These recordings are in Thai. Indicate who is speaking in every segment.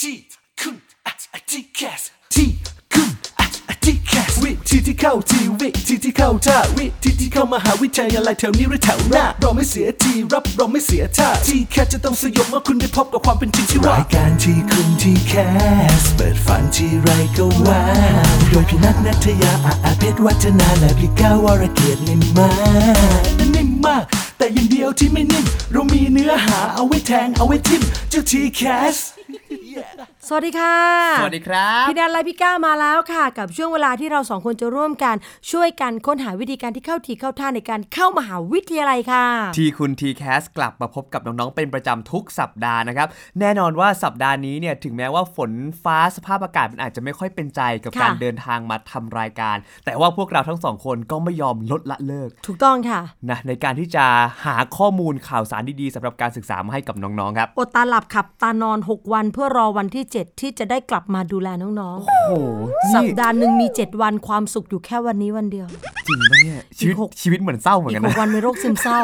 Speaker 1: ที่คุณอ่ะอ่ะที่แคสที่คุณอ่ะอ่ะที่แคสวิธีที่เข้าทีวิธีที่เข้าท่าวิธีที่เข้ามหาวิทยาลัยแถวนี้หรือแถวหน้าเราไม่เสียทีรับเราไม่เสียท่าที่แคสจะต้องสยบเมื่อคุณได้พบกับความเป็นจริงที่ว่ารายการที่คุณที่แคสเปิดฝันที่ไรก็ว่าโดยพี่นัทนัทยาอาอาเพชรวัฒนาและพี่ก้าวรเกียรตินิ่มมากนิ่มมาก แต่อยังเดียวที่ไม่นิ่มเรามีเนื้อหาเอาไว้แทงเอาไว้ทิมเจ้าทีแคส
Speaker 2: สวัสดีค่ะ
Speaker 3: สวัสดีครับ
Speaker 2: พี่ดันและพี่ก้ามาแล้วค่ะ กับช่วงเวลาที่เราสองคนจะร่วมกัน ช่วยกันค้นหาวิธีการที่เข้าทีเข้าท่าในการเข้ามหาวิทยาลัยค่ะ
Speaker 3: ทีคุณทีแคสกลับมาพบกับน้อง ๆ เป็นประจำทุกสัปดาห์นะครับ แน่นอนว่าสัปดาห์นี้เนี่ยถึงแม้ว่าฝนฟ้าสภาพอากาศมันอาจจะไม่ค่อยเป็นใจกับ
Speaker 2: ค่ะ
Speaker 3: การเดินทางมาทำรายการ แต่ว่าพวกเราทั้งสองคนก็ไม่ยอมลดละเลิก
Speaker 2: ถูกต้องค่ะ
Speaker 3: นะในการที่จะหาข้อมูลข่าวสารดี ๆสำหรับการศึกษามาให้กับน้อง ๆ ครับ
Speaker 2: อดตาหลับขับตานอน 6 วันเพื่อรอวันที่ 7 ที่จะได้กลับมาดูแลน้อง
Speaker 3: โอ้โห
Speaker 2: ๆ สัป
Speaker 3: นี่
Speaker 2: ดาห์หนึ่งมี 7 วันความสุขอยู่แค่วันนี้วันเดียว
Speaker 3: จริงปะเนี่ยชีวิต
Speaker 2: อีกหก
Speaker 3: ชีวิตเหมือนเศร้าเหมือน
Speaker 2: อี
Speaker 3: กั
Speaker 2: ก
Speaker 3: น
Speaker 2: ห
Speaker 3: นะ
Speaker 2: กวันเป็นโรคซึมเศร้า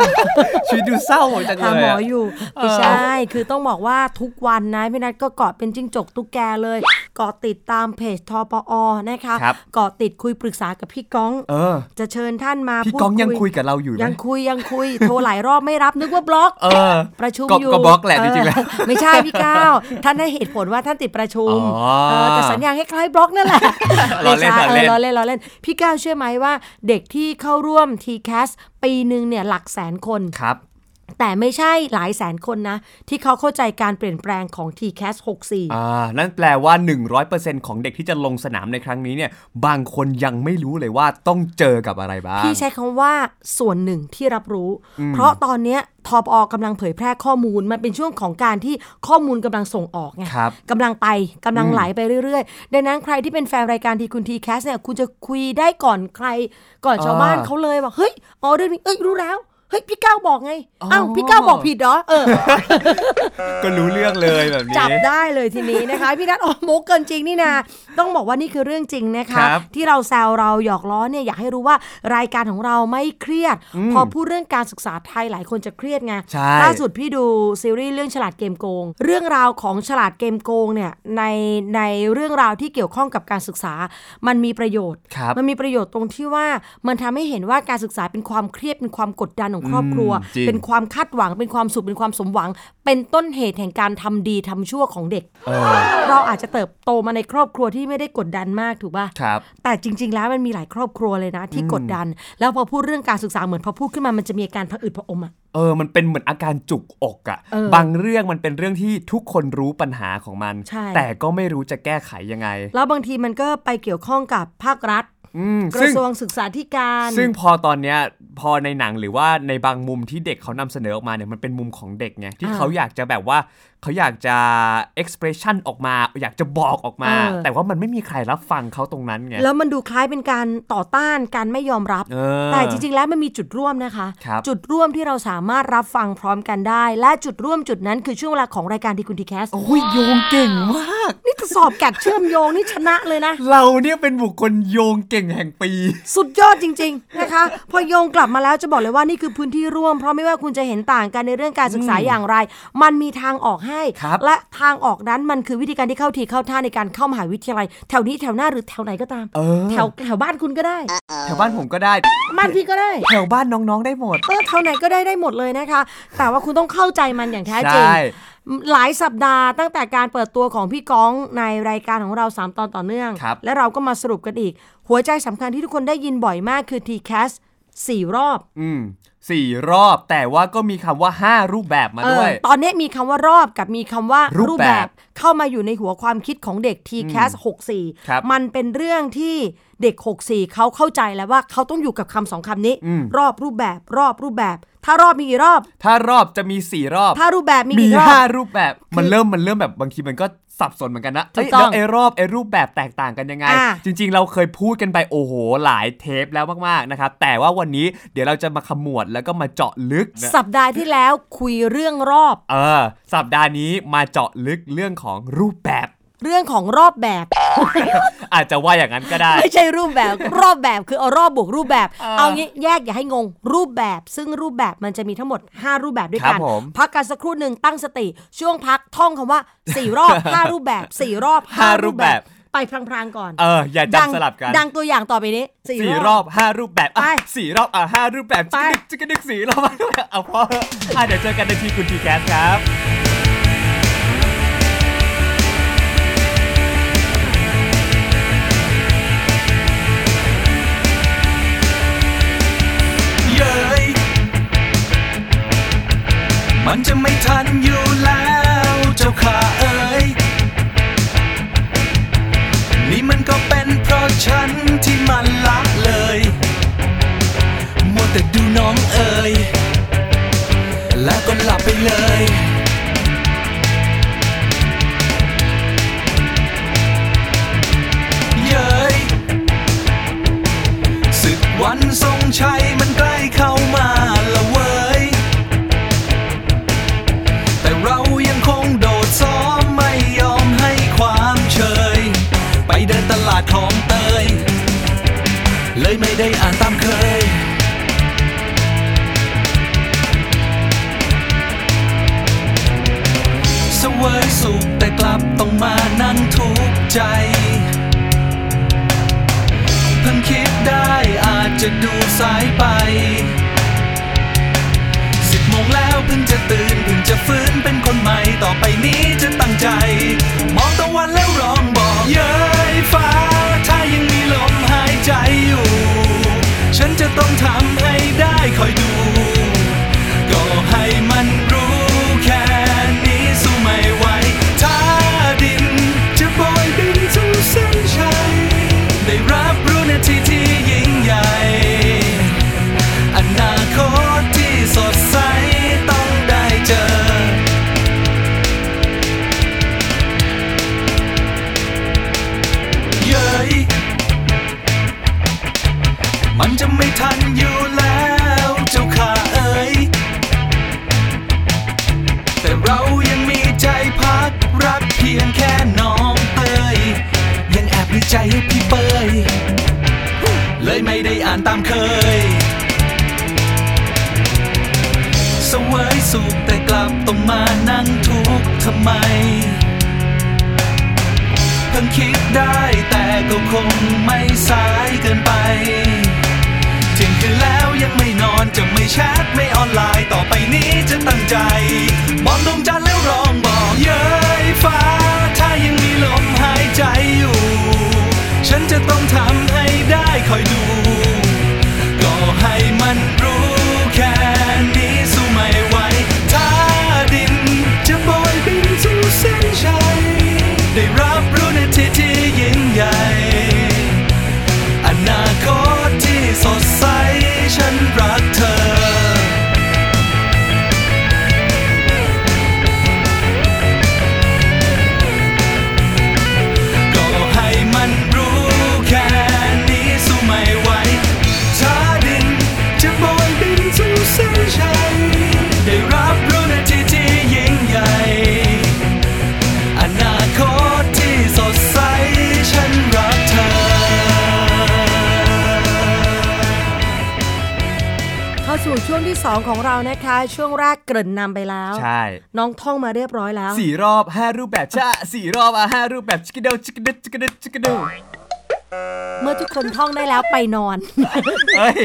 Speaker 3: ชีวิตดูเศร้าจังเล
Speaker 2: หาย หมอะ อยู่ไม่ใช่ คือต้องบอกว่าทุกวันนะพี่นัทก็เกาะเป็นจิ้งจกตุ๊กแกเลยเกาะติดตามเพจทปอนะคะ
Speaker 3: ครับ
Speaker 2: เกาะติดคุยปรึกษากับพี่ก้อง
Speaker 3: เออ
Speaker 2: จะเชิญท่านมา
Speaker 3: พี่
Speaker 2: พูด
Speaker 3: ก้องยังคุยกับเราอยู่ไหม
Speaker 2: ยังคุยยังคุย โทรหลายรอบไม่รับนึกว่าบล็อก
Speaker 3: เออ
Speaker 2: ประชุม
Speaker 3: ก็
Speaker 2: อยู่
Speaker 3: ก็บล็อกแหละจริงๆ
Speaker 2: เออ
Speaker 3: แล้ว
Speaker 2: ไม่ใช่พี่ก้าวท่านให้เหตุผลว่าท่านติดประชุม
Speaker 3: อ๋อ
Speaker 2: เออแต่สัญญาณคล้ายๆบล็อกนั่นแหละ
Speaker 3: ล้ อเล่น
Speaker 2: ไม่ใช่
Speaker 3: ล้อเล่
Speaker 2: อ
Speaker 3: น
Speaker 2: อล้อเล่นล้อเล่น พี่ก้าวเชื่อไหมว่า เด็กที่เข้าร่วม t c a s สปีหนึ่งเนี่ยหลักแสนคน
Speaker 3: ครับ
Speaker 2: แต่ไม่ใช่หลายแสนคนนะ ที่เขาเข้าใจการเปลี่ยนแปลงของ t c a s 64
Speaker 3: อ่า นั่นแปลว่า 100%ของเด็กที่จะลงสนามในครั้งนี้เนี่ย บางคนยังไม่รู้เลยว่าต้องเจอกับอะไรบ้าง
Speaker 2: พี่ใช้คำว่าส่วนหนึ่งที่รับรู้ เพราะตอนเนี้ยทอปอกำลังเผยแพร่ข้อมูล มันเป็นช่วงของการที่ข้อมูลกำลังส่งออกไง
Speaker 3: ครับ
Speaker 2: กำลังไปกำลังไหลไปเรื่อยๆ ดังนั้นใครที่เป็นแฟนรายการทีคุณทีแคสเนี่ยคุณจะคุยได้ก่อนใคร ก่อนชาวบ้าน
Speaker 3: อ่า
Speaker 2: เขาเลยบอกเฮ้ยอ๋อเรื่องนี้เอ้ยรู้แล้วเฮ้ยพี่ก้าวบอกไง
Speaker 3: อ๋อ
Speaker 2: อ้าวพี่ก้าวบอกผิดเหรอเออ
Speaker 3: ก็รู้เรื่องเลยแบบนี้
Speaker 2: จับได้เลยทีนี้นะคะ พี่นัทออกมุกเกินจริงนี่นาต้องบอกว่านี่คือเรื่องจริงนะคะ
Speaker 3: ครับ
Speaker 2: ที่เราแซวเราหยอกล้อเนี่ยอยากให้รู้ว่ารายการของเราไม่เครียด พอพูดเรื่องการศึกษาไทยหลายคนจะเครียดไง
Speaker 3: ใช่
Speaker 2: ล่าสุดพี่ดูซีรีส์เรื่องฉลาดเกมโกง เรื่องราวของฉลาดเกมโกงเนี่ยในในเรื่องราวที่เกี่ยวข้องกับการศึกษา มันมีประโยชน์
Speaker 3: ครับ
Speaker 2: มันมีประโยชน์ตรงที่ว่ามันทำให้เห็นว่าการศึกษาเป็นความเครียดเป็นความกดดันของครอบครัว
Speaker 3: อืมจริง
Speaker 2: เป็นความคาดหวังเป็นความสุขเป็นความสมหวัง เป็นต้นเหตุแห่งการทำดีทำชั่วของเด็ก
Speaker 3: เออ
Speaker 2: เราอาจจะเติบโตมาในครอบครัวที่ไม่ได้กดดันมากถูกป่ะ
Speaker 3: ครับ
Speaker 2: แต่จริง ๆ แล้วมันมีหลายครอบครัวเลยนะ ที่กดดัน แล้วพอพูดเรื่องการศึกษาเหมือนพอพูดขึ้นมามันจะมีอาการผะอืดผะอมอะ
Speaker 3: เออ มันเป็นเหมือนอาการจุกอกอะ
Speaker 2: เออบ
Speaker 3: างเรื่องมันเป็นเรื่องที่ทุกคนรู้ปัญหาของมัน
Speaker 2: ใช่
Speaker 3: แต่ก็ไม่รู้จะแก้ไขยังไง
Speaker 2: แล้วบางทีมันก็ไปเกี่ยวข้องกับภาครัฐ
Speaker 3: อืม
Speaker 2: กระ
Speaker 3: ซึ่ง
Speaker 2: ทรวงศึกษาธิการ
Speaker 3: ซึ่งพอตอนเนี้ยพอในหนังหรือว่าในบางมุมที่เด็กเขานำเสนอออกมาเนี่ยมันเป็นมุมของเด็กไงที่
Speaker 2: อ่า
Speaker 3: เขาอยากจะแบบว่าเขาอยากจะ expression ออกมา อยากจะบอกออกมา
Speaker 2: เออ
Speaker 3: แต่ว่ามันไม่มีใครรับฟังเขาตรงนั้นไง
Speaker 2: แล้วมันดูคล้ายเป็นการต่อต้านการไม่ยอมรับ
Speaker 3: เออ
Speaker 2: แต่จริงๆ แล้วมันมีจุดร่วมนะคะ
Speaker 3: ครับ
Speaker 2: จุดร่วมที่เราสามารถรับฟังพร้อมกันได้ และจุดร่วมจุดนั้นคือช่วงเวลาของรายการทีคุณทีแคส
Speaker 3: โอ้ยโยงเก่งมาก
Speaker 2: นี่จะสอบแกดเชื่อมโยงนี่ชนะเลยนะ
Speaker 3: เราเนี่ยเป็นบุคคลโยงเก่งแห่งปี
Speaker 2: สุดยอดจริง ๆ นะคะ พอโยงกลับมาแล้วจะบอกเลยว่านี่คือพื้นที่ร่วม เพราะไม่ว่าคุณจะเห็นต่างกันในเรื่องการศึกษาอย่างไร มันมีทางออกให้
Speaker 3: ครับ
Speaker 2: และทางออกนั้นมันคือวิธีการที่เข้าทีเข้าท่าในการเข้ามหาวิทยาลัย แถวนี้แถวหน้าหรือแถวไหนก็ตาม
Speaker 3: เออ
Speaker 2: แถวแถวบ้านคุณก็ได้
Speaker 3: แถวบ้านผมก็ได้
Speaker 2: บ้านพี่ก็ได้
Speaker 3: แถวบ้านน้องๆได้หมด
Speaker 2: เออเท่าไหนก็ได้ได้หมดเลยนะคะ แต่ว่าคุณต้องเข้าใจมันอย่างแท้จริง
Speaker 3: ใช่
Speaker 2: หลายสัปดาห์ตั้งแต่การเปิดตัวของพี่ก้องในรายการของเรา 3 ตอนต่อเนื่อง
Speaker 3: ครับ
Speaker 2: และเราก็มาสรุปกันอีก หัวใจสำคัญที่ทุกคนได้ยินบ่อยมากคือ t c a s สี่รอบ
Speaker 3: อืมสี่รอบ แต่ว่าก็มีคำว่าห้ารูปแบบมา
Speaker 2: เอ
Speaker 3: ด้
Speaker 2: อ
Speaker 3: วย
Speaker 2: ตอนนี้มีคำว่ารอบกับมีคำว่า
Speaker 3: รู
Speaker 2: รู
Speaker 3: ป
Speaker 2: ป
Speaker 3: แบบ
Speaker 2: แบบเข้ามาอยู่ในหัวความคิดของเด็ก t c a s
Speaker 3: ครับ
Speaker 2: 64 มันเป็นเรื่องที่เด็ก 64 เขาเข้าใจแล้วว่าเขาต้องอยู่กับคำสองคำนี้ รอบรูปแบบรอบรูปแบบ ถ้ารอบมีกี่รอบ
Speaker 3: ถ้ารอบจะมีสี่รอบ
Speaker 2: ถ้ารูปแบบมี
Speaker 3: มี
Speaker 2: กี่รอบ
Speaker 3: ห้ารูปแบบมันเริ่มมันเริ่มแบบบางทีมันก็สับสนเหมือนกันนะ
Speaker 2: ถูก
Speaker 3: เอ้ย
Speaker 2: ต้อง
Speaker 3: แล้วไอ้รอบไอ้รูปแบบแตกต่างกันยังไง
Speaker 2: อ่า
Speaker 3: จริง ๆ เราเคยพูดกันไปโอ้โหหลายเทปแล้วมากๆนะครับแต่ว่าวันนี้เดี๋ยวเราจะมาขมวดแล้วก็มาเจาะลึกนะ
Speaker 2: สัปดาห์ที่แล้วคุยเรื่องรอบ
Speaker 3: เออสัปดาห์นี้มาเจาะลึกเรื่องของรูปแบบ
Speaker 2: เรื่องของรอบแบบ
Speaker 3: อาจจะว่าอย่างนั้นก็ได้
Speaker 2: ไม่ใช่รูปแบบ รอบแบบคือเอารอบบวกรูปแบบ เอางี้แยกอย่าให้งงรูปแบบ ซึ่งรูปแบบมันจะมีทั้งหมด 5 รูปแบบด้วยกั
Speaker 3: ครั
Speaker 2: น
Speaker 3: บผม
Speaker 2: พักกันสักครู่หนึ่งตั้งสติ ช่วงพักท่องคำว่า 4 ร อบ 5 รูปแบบ 4 รอบ
Speaker 3: ห้ารูปแบบ
Speaker 2: ไปพลางๆก่อน
Speaker 3: เอออย่า
Speaker 2: ดัง
Speaker 3: จำสลับกัน
Speaker 2: ดังตัวอย่างต่อไปนี้สี่
Speaker 3: สี่รอบห้ารูปแบบอ่ะ
Speaker 2: ไป
Speaker 3: สี่รอบอ่ะห้ารูปแบบ
Speaker 2: ไป
Speaker 3: จิกกระดึกสี่รอบ เอาพออ่ะเดี๋ยวเจอกันในทีคุณทีแคสครับ
Speaker 1: เย้ยมันจะไม่ทันอยู่แล้วเจ้าขาเอ๋ย นี่มันก็เป็นเพราะฉันที่มันละเลย มัวแต่ดูน้องเอ๋ย แล้วก็หลับไปเลย เย้ย ศึกวันทรงชัยมันใกล้เข้ามาละเว้ย แต่เรายังคงโดดซ้อมไม่ยอมให้ความเชย ไปเดินตลาดของเตย เลยไม่ได้อ่านตามเคย เสวยสุขแต่กลับต้องมานั่งทุกข์ใจ เพิ่งคิดได้อาจจะดูสายไป สิบโมงแล้วเพิ่งจะตื่นเพิ่งจะฟื้นเป็นคนใหม่ต่อไปนี้จะตั้งใจ มองตะวันแล้วร้องบอกเย้ยฟ้า ถ้ายังมีลมหายใจอยู่ ฉันจะต้องทำให้ได้คอยดู ก็ให้มันรู้แค่นี้สู้ไม่ไหวถ้าดินจะโบยบินสู่เส้นชัยได้รับรู้นาทีที่ยิ่งใหญ่ อนาคตที่สดใสต้องได้เจอ เย้ยมันจะไม่ทันอยู่แล้วเจ้าข้าเอ๋ย แต่เรายังมีใจพักรักเพียงแค่น้องเตย ยังแอบมีใจให้พี่เปย เลยไม่ได้อ่านตามเคย เสวยสุขแต่กลับต้องมานั่งทุกข์ทำไม เพิ่งคิดได้แต่ก็คงไม่สายเกินไป เที่ยงคืนแล้วยังไม่นอนจะไม่แชทไม่ออนไลน์ต่อไปนี้จะตั้งใจ มองดวงจันทร์แล้วร้องบอกเย้ยฟ้า ถ้ายังมีลมหายใจอยู่ ฉันจะต้องทำให้ได้คอยดู ก็ให้มันรู้แค่นี้สู้ไม่ไหวถ้าดินจะโบยบินสู่เส้นชัยได้รับรู้นาทีที่ยิ่งใหญ่ อนาคตที่สดใสฉันรักเธอ ก็ให้มันรู้แค่นี้สู้ไม่ไหวถ้าดินจะโบยบินสู่เส้นชัยได้รับรู้นาทีที่ยิ่งใหญ่ อนาคตที่สดใสฉันรักเธอ
Speaker 2: เข้าสู่ช่วงที่ 2 ของเรานะคะ ช่วงแรกเกริ่นนำไปแล้ว
Speaker 3: ใช่
Speaker 2: น้องท่องมาเรียบร้อยแล้ว
Speaker 3: สี่รอบห้ารูปแบบจ้าสี่รอบอ่ะห้ารูปแบบจิกกระเดวจิกกระเดวจิกกระเดวจิกกระเดว
Speaker 2: เมื่อทุกคนท่องได้แล้วไปนอน
Speaker 3: เอ้ย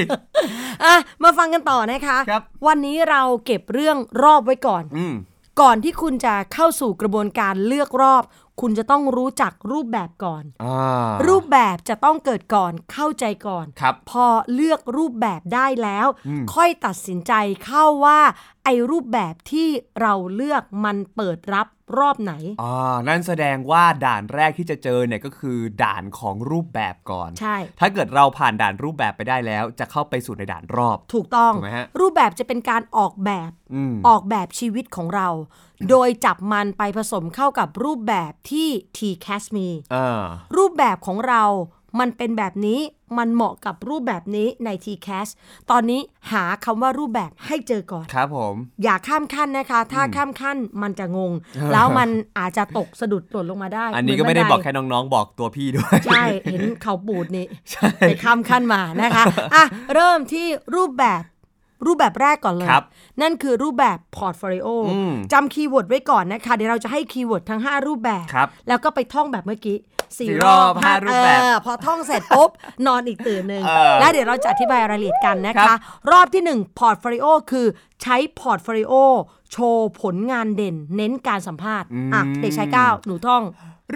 Speaker 2: อ่ะมาฟังกันต่อนะคะ
Speaker 3: ครับ
Speaker 2: วันนี้เราเก็บเรื่องรอบไว้ก่อน
Speaker 3: อืม
Speaker 2: ก่อนที่คุณจะเข้าสู่กระบวนการเลือกรอบ คุณจะต้องรู้จักรูปแบบก่อน
Speaker 3: อ่า
Speaker 2: รูปแบบจะต้องเกิดก่อนเข้าใจก่อน
Speaker 3: ครับ
Speaker 2: พอเลือกรูปแบบได้แล้ว ค่อยตัดสินใจเข้าว่า ไอ้รูปแบบที่เราเลือกมันเปิดรับรอบไหน
Speaker 3: อ่านั่นแสดงว่าด่านแรกที่จะเจอเนี่ยก็คือด่านของรูปแบบก่อน
Speaker 2: ใช่
Speaker 3: ถ้าเกิดเราผ่านด่านรูปแบบไปได้แล้ว จะเข้าไปสู่ในด่านรอบ
Speaker 2: ถูกต้อง
Speaker 3: ถูกไหมฮะ
Speaker 2: รูปแบบจะเป็นการออกแบบ
Speaker 3: อืม
Speaker 2: ออกแบบชีวิตของเรา โดยจับมันไปผสมเข้ากับรูปแบบที่ t c a s มี
Speaker 3: อ่า
Speaker 2: รูปแบบของเรา มันเป็นแบบนี้มันเหมาะกับรูปแบบนี้ใน TCAS ตอนนี้หาคำว่ารูปแบบให้เจอก่อน
Speaker 3: ครับผม
Speaker 2: อย่าข้ามขั้นนะคะ ถ้าข้ามขั้นมันจะงง แล้วมันอาจจะตกสะดุดหล่นลงมาได้
Speaker 3: อันนี้
Speaker 2: เห
Speaker 3: ก็ไม่ได้
Speaker 2: ด
Speaker 3: บอกแค่น้องๆ บอกตัวพี่ด้วย
Speaker 2: ใช่ เห็นเขาปูดนี่ไปข้ามขั้นมานะคะอ่ะเริ่มที่รูปแบบรูปแบบแรกก่อนเลย
Speaker 3: ครับ
Speaker 2: นั่นคือรูปแบบพอร์ตโฟลิโอ
Speaker 3: อืม
Speaker 2: จำคีย์เวิร์ดไว้ก่อนนะคะ เดี๋ยวเราจะให้คีย์เวิร์ดทั้ง 5 รูปแบบ
Speaker 3: ครับ
Speaker 2: แล้วก็ไปท่องแบบเมื่อกี้สี่
Speaker 3: สี่รอบห้ารูปแบบ
Speaker 2: เออพอท่องเสร็จปุ๊บ นอนอีกตื่นหนึ่ง
Speaker 3: เออ
Speaker 2: แล้วเดี๋ยวเราจะอธิบายรายละเอียดกันนะ
Speaker 3: ครั
Speaker 2: คะ
Speaker 3: บ
Speaker 2: รอบที่1พอร์ตโฟลิโอคือใช้พอร์ตโฟลิโอโชว์ผลงานเด่น เน้นการสัมภาษณ์อ่ะเด็กชายก้าวหนูท่อง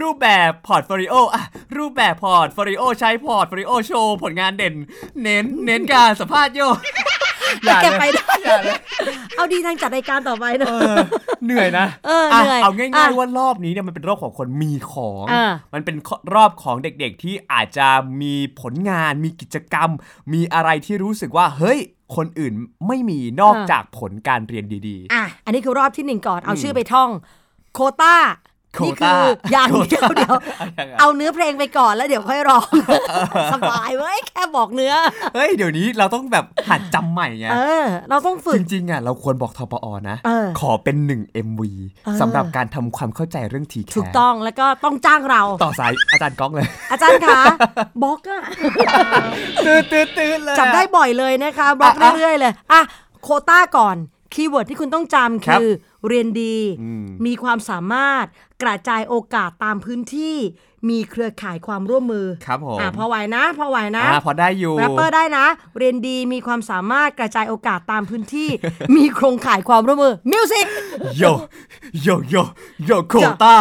Speaker 3: รูปแบบพอร์ตโฟลิโออะรูปแบบพอร์ตโฟลิโอใช้พอร์ตโฟลิโอโชว์ผลงานเด่น เน้นเน้นการสัมภาษณ์โย
Speaker 2: แล้วแกไปได้
Speaker 3: อย่าเลย
Speaker 2: เอาดีทางจัดรายการต่อไปนะ
Speaker 3: เออเหนื่อยนะ
Speaker 2: เออเหนื่อย
Speaker 3: ะเอาง่าย
Speaker 2: อ่ะ
Speaker 3: ๆว่ารอบนี้เนี่ยมันเป็นรอบของคนมีของ
Speaker 2: อ่ะ
Speaker 3: มันเป็นรอบของเด็กๆที่อาจจะมีผลงาน มีกิจกรรม มีอะไรที่รู้สึกว่า เฮ้ย คนอื่นไม่มีนอกจากผลการเรียนดี
Speaker 2: อ่ะ อันนี้คือรอบที่หนึ่งก่อน เอาชื่อไปท่อง โคต้า
Speaker 3: โค
Speaker 2: นี่
Speaker 3: ต้า
Speaker 2: คืออย่าง
Speaker 3: โค
Speaker 2: เดีย
Speaker 3: ต้าว
Speaker 2: เดียว
Speaker 3: ยังไง
Speaker 2: เอาเนื้อเพลงไปก่อนแล้วเดี๋ยวค่อย ร้อง สบายเว้ยแค่บอกเนื้อ
Speaker 3: ๆ เฮ้ย เดี๋ยวนี้เราต้องแบบหัดจำใหม่ไง
Speaker 2: เออ เราต้องฝึ
Speaker 3: จ
Speaker 2: ก
Speaker 3: ริงๆอ่ะเราควรบอกทปอนะ
Speaker 2: เออ
Speaker 3: ขอเป็นหนึ่ง MV
Speaker 2: เออ
Speaker 3: สำหรับการทำความเข้าใจเรื่องทีแค
Speaker 2: ถูกต้องแล้วก็ต้องจ้างเรา
Speaker 3: ต่อสายอาจารย์ก้องเลย
Speaker 2: อาจารย์คะบล็อกอะ
Speaker 3: ตื่นตื่นตื่นเลย
Speaker 2: จับได้บ่อยเลยนะคะบล็อก
Speaker 3: อ่ะ
Speaker 2: เรื่อยๆเลยอ่ะโคต้าก่อนคีย์เวิร์ดที่คุณต้องจำ
Speaker 3: ครับ
Speaker 2: คือ เรียนดี
Speaker 3: อืม
Speaker 2: มีความสามารถกระจายโอกาสตามพื้นที่ มีเครือข่ายความร่วมมือ
Speaker 3: ครับผม
Speaker 2: อ่ะพอไหวนะ พอไหวนะ
Speaker 3: อ่ะพอได้อยู่
Speaker 2: แรปเปอร์ได้นะ เรียนดีมีความสามารถกระจายโอกาสตามพื้นที่ มีโครงข่ายความร่วมมือมิวสิก
Speaker 3: โยโยโยโยโคต้า